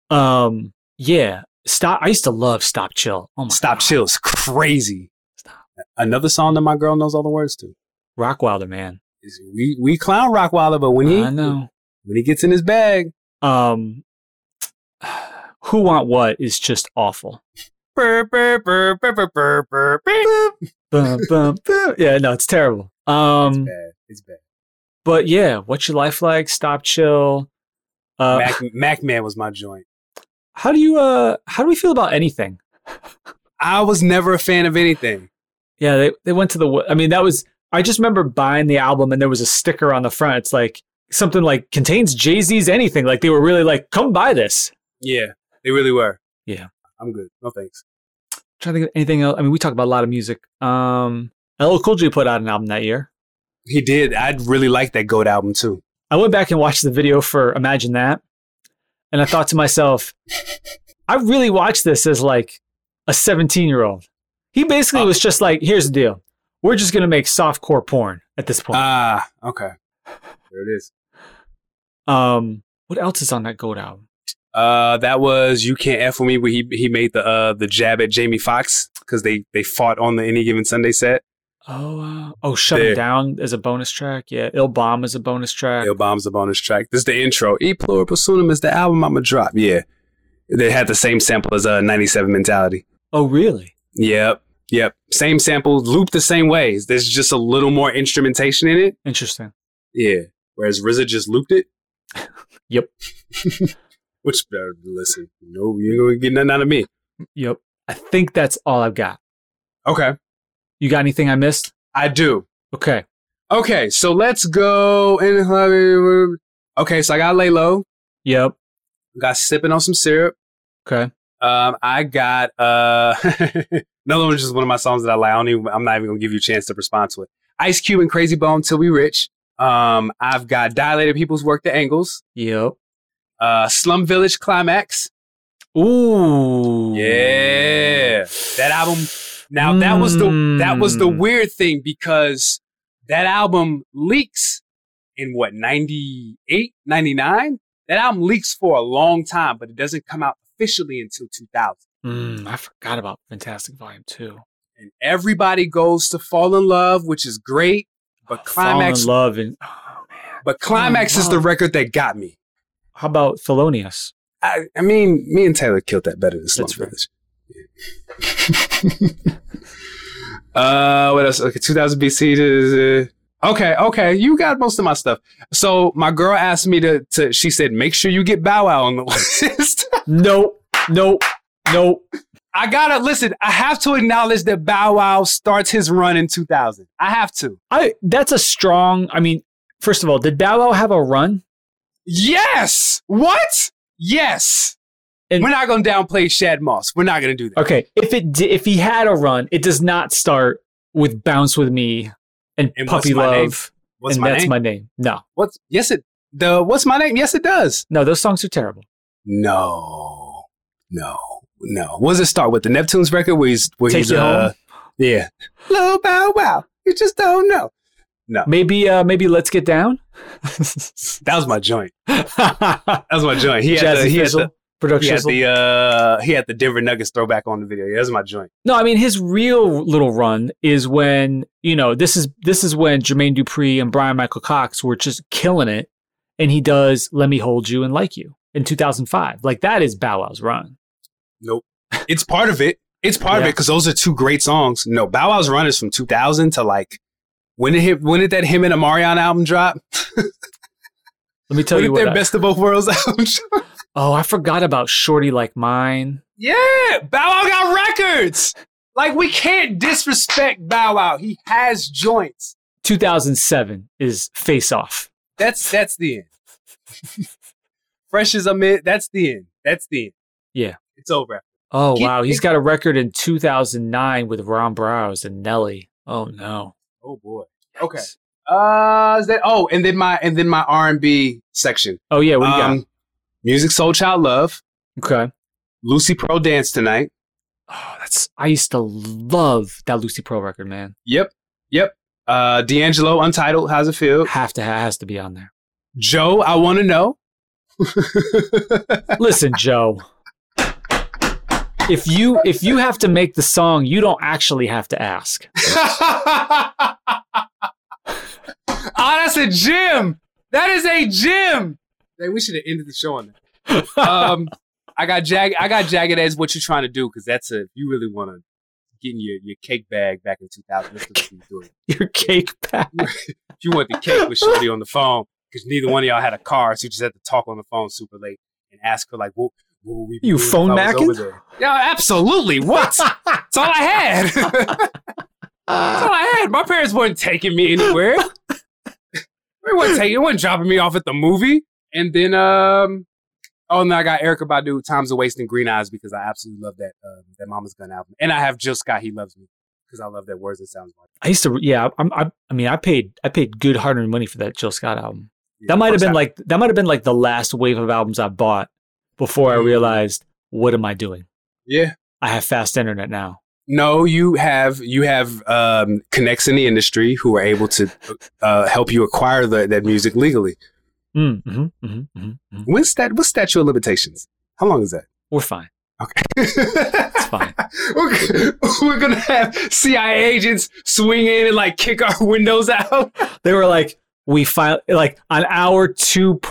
Um, yeah. Stop. I used to love Stop Chill. Oh my. Stop God. chills. Crazy. Stop. Another song that my girl knows all the words to. Rock Wilder, man. Is We we clown Rockwilder, but when he I know. when he gets in his bag, Um, Who Want What is just awful. burr, burr, burr, burr, burr, burr, burr, beep. Bum, bum, bum. Yeah, no, it's terrible. it's Um, bad. It's bad. but yeah, what's your life like? Stop, chill. Uh, Mac, Mac Man was my joint. how do you uh how do we feel about anything I was never a fan of anything. yeah they, they went to the i mean that was i just remember buying the album and there was a sticker on the front it's like something like contains jay-z's anything like they were really like come buy this Yeah, they really were. Yeah. I'm good. No thanks. trying to think of anything else i mean we talk about a lot of music um LL Cool J put out an album that year He did. I really liked that Goat album too. i went back and watched the video for imagine that and i thought to myself i really watched this as like a 17 year old he basically was just like here's the deal we're just going to make softcore porn at this point Ah, okay. There it is. Um, what else is on that Gold album? Uh, that was you can't f with me. Where he he made the uh the jab at Jamie Foxx because they they fought on the Any Given Sunday set. Oh, uh, oh, shut it There. down is a bonus track. Yeah, ill bomb is a bonus track. Yo, bombs the bonus track. This is the intro. E pluribus unum is the album I'ma drop. Yeah, they had the same sample as uh 97 Mentality. Oh, really? Yep. Yep. Same sample, loop the same ways. There's just a little more instrumentation in it. Interesting. Yeah. Whereas RZA just looped it. Yep. Which, uh, listen, no, you ain't going to get nothing out of me. Yep. I think that's all I've got. Okay. You got anything I missed? I do. Okay. Okay. So let's go. And Okay. So I got Lay Low. Yep. Got sipping on some syrup. Okay. Um, I got uh, another one, just one of my songs that I like. I don't even, I'm not even gonna give you a chance to respond to it. Ice Cube and Crazy Bone till we rich. Um, I've got Dilated People's Work the Angles. Yep. Uh, Slum Village Climax. Ooh. Yeah. That album- Now that was the that was the Mm. weird thing because that album leaks in what 98, 99? That album leaks for a long time, but it doesn't come out officially until 2000. Mm, I forgot about Fantastic Volume 2. and everybody goes to fall in love, which is great. But Fall climax, in love and oh man. but climax Fall in is the Love. record that got me. How about Thelonious? I, I mean, me and Taylor killed that better than Slum That's right. Village. uh, what else? Okay, 2000 BC. is, uh, Okay, okay, you got most of my stuff. So my girl asked me to. to she said, make sure you get Bow Wow on the list. Nope. Nope. Nope. I gotta listen. I have to acknowledge that Bow Wow starts his run in 2000. I have to. I that's a strong I mean, first of all, did Bow Wow have a run? Yes. What? Yes. And- We're not going to downplay Shad Moss. We're not going to do that. Okay. If it di- if he had a run, it does not start with Bounce with Me and, And What's Puppy My Name? Love What's and my that's name? my name. No. What's yes it the what's my name? Yes it does. No, those songs are terrible. No. No. No. What does it start with? The Neptunes record where he's where Take he's You uh Home? yeah. Low bow wow. You just don't know. Maybe uh maybe Let's Get Down? That was my joint. Jazzy That was my joint. He had the, he had Fizzle, the, he Production. had the uh he had the Denver Nuggets throwback on the video. Yeah, that was my joint. No, I mean his real little run is when you know this is this is when Jermaine Dupri and Brian Michael Cox were just killing it, and he does "Let Me Hold You and Like You" in 2005. Like that is Bow Wow's run. It's part of it. It's part of Yeah. it because those are two great songs. No, Bow Wow's Run is from 2000 to like when did him, when did that him and Amarion album drop? Let me tell When you did what. their I- Best of Both Worlds album drop? oh, I forgot about "Shorty Like Mine." Yeah, Bow Wow got records. Like we can't disrespect Bow Wow. He has joints. 2007 is "Face Off." That's that's the end. Fresh as I'm in, that's the end. That's the end. Yeah. it's over. Oh He- wow, he's got a record in 2009 with Ron Browse and Nelly. Oh no. Oh boy. Okay. Uh, is that? Oh, and then my and then my R and B section. Oh yeah, what do you Um, Music Soul Child Love. got? Okay. Lucy Pro Dance Tonight. Oh, that's I used to love that Lucy Pro record, man. Yep. Yep. Uh D'Angelo Untitled, how's it feel? have to has to be on there. Joe, I wanna know. Listen, Joe. If you if you have to make the song, you don't actually have to ask. Ah, that's a gym. That is a gym. Hey, we should have ended the show on that. Um I got jag I got jagged edge what you trying to do, because that's a you really wanna get in your, your cake bag back in two thousand. That's what you doing. Your cake back. If you want the cake with Shorty on the phone, because neither one of y'all had a car, so you just had to talk on the phone super late and ask her like, "What, what would we?" be You doing if phone I was macking? over there? Yeah, absolutely. What? That's all I had. That's all I had. My parents weren't taking me anywhere. they weren't taking. They weren't dropping me off at the movie. And then, um, oh, and then I got Erica Badu, "Times of Wasting Green Eyes" because I absolutely love that um, that Mama's Gun album. And I have Jill Scott, "He Loves Me" because I love that words and sounds. Like I used to yeah, I'm, I I mean I paid I paid good hard earned money for that Jill Scott album. Yeah, That might have first been time. like that might have been like the last wave of albums I bought before I Mm. realized what am I doing? yeah. I have fast internet now. No, you have you have um, connects in the industry who are able to uh, help you acquire the, that music legally. Mm, hmm hmm hmm hmm When's that? What's statute of limitations? How long is that? We're fine. it's fine. we're, we're gonna have CIA agents swing in and like kick our windows out. they were like we file like on hour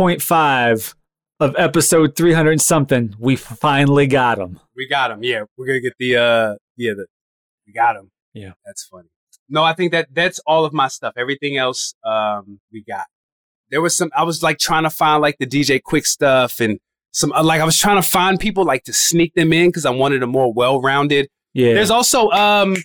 2.5 of episode 300 and something we finally got him We got them. Yeah, we're gonna get the uh yeah the we got him. Yeah. That's funny. No, I think that that's all of my stuff. Everything else, um, we got. There was some, I was like trying to find like the DJ Quick stuff and some, uh, like I was trying to find people like to sneak them in because I wanted a more well rounded. Yeah. There's also, um,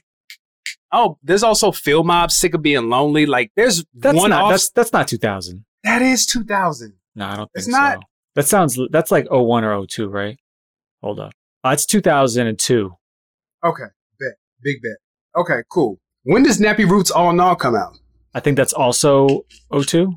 oh, there's also Phil Mob, Sick of Being Lonely. Like there's that's one not off. that's that's not 2000. that is 2000. No, I don't think It's so. not. That sounds that's like 01 or 02, right? Hold up. Uh, it's 2002. Okay. Bet. Big bet. Okay, cool. When does Nappy Roots All in All come out? I think that's also 02.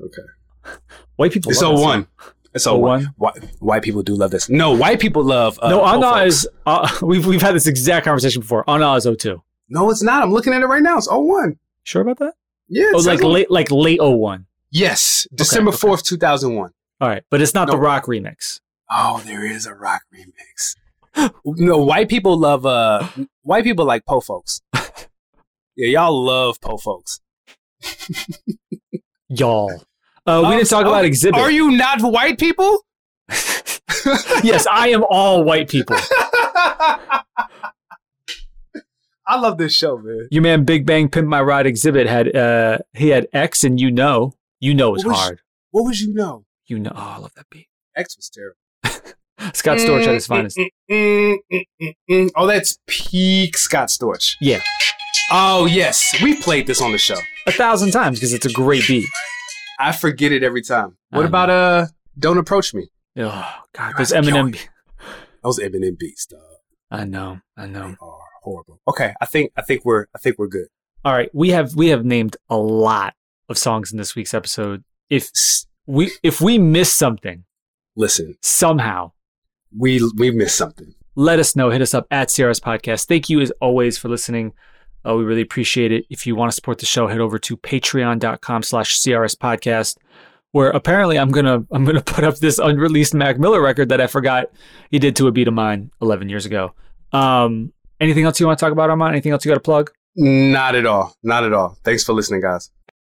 Okay. White people It's love that 01. It's song. 01. 01. White, white people do love this. No, white people love. Uh, no, Ho Anna Folks. is uh, we've we've had this exact conversation before. Anna is 02. No, it's not. I'm looking at it right now. It's 01. Sure about that? Yeah. it Oh, says like on- late like late 01. Yes. December okay. 4th, 2001. All right, but it's not the No. rock remix. Oh, there is a rock remix. no, white people love. uh White people like Po Folks. Yeah, y'all love Po Folks. Y'all. Uh, we Oh, didn't talk oh, about exhibit. Are you not white people? yes, I am all white people. I love this show, man. Your man Big Bang Pimp My Ride exhibit had uh he had X and you know. You know is What was- hard. What would you know? You know oh, I love that beat. X was terrible. Scott Storch Mm, at his finest. Oh, that's peak Scott Storch. Yeah. Oh, yes. We played this on the show. A thousand times because it's a great beat. I forget it every time. I What know. about uh Don't Approach Me? Oh God, those Eminem. be- Those Eminem beats, dog. I know, I know. They are horrible. Okay, I think I think we're I think we're good. All right, we have we have named a lot of songs in this week's episode. If S- we if we miss something Listen, somehow, we we missed something. let us know. Hit us up at Sierra's Podcast. Thank you as always for listening. Uh, we really appreciate it. If you want to support the show, head over to patreon.com slash CRS podcast, where apparently I'm gonna I'm gonna put up this unreleased Mac Miller record that I forgot he did to a beat of mine eleven years ago. Um anything else you want to talk about, Armand? Anything else you gotta plug? Not at all. Not at all. Thanks for listening, guys.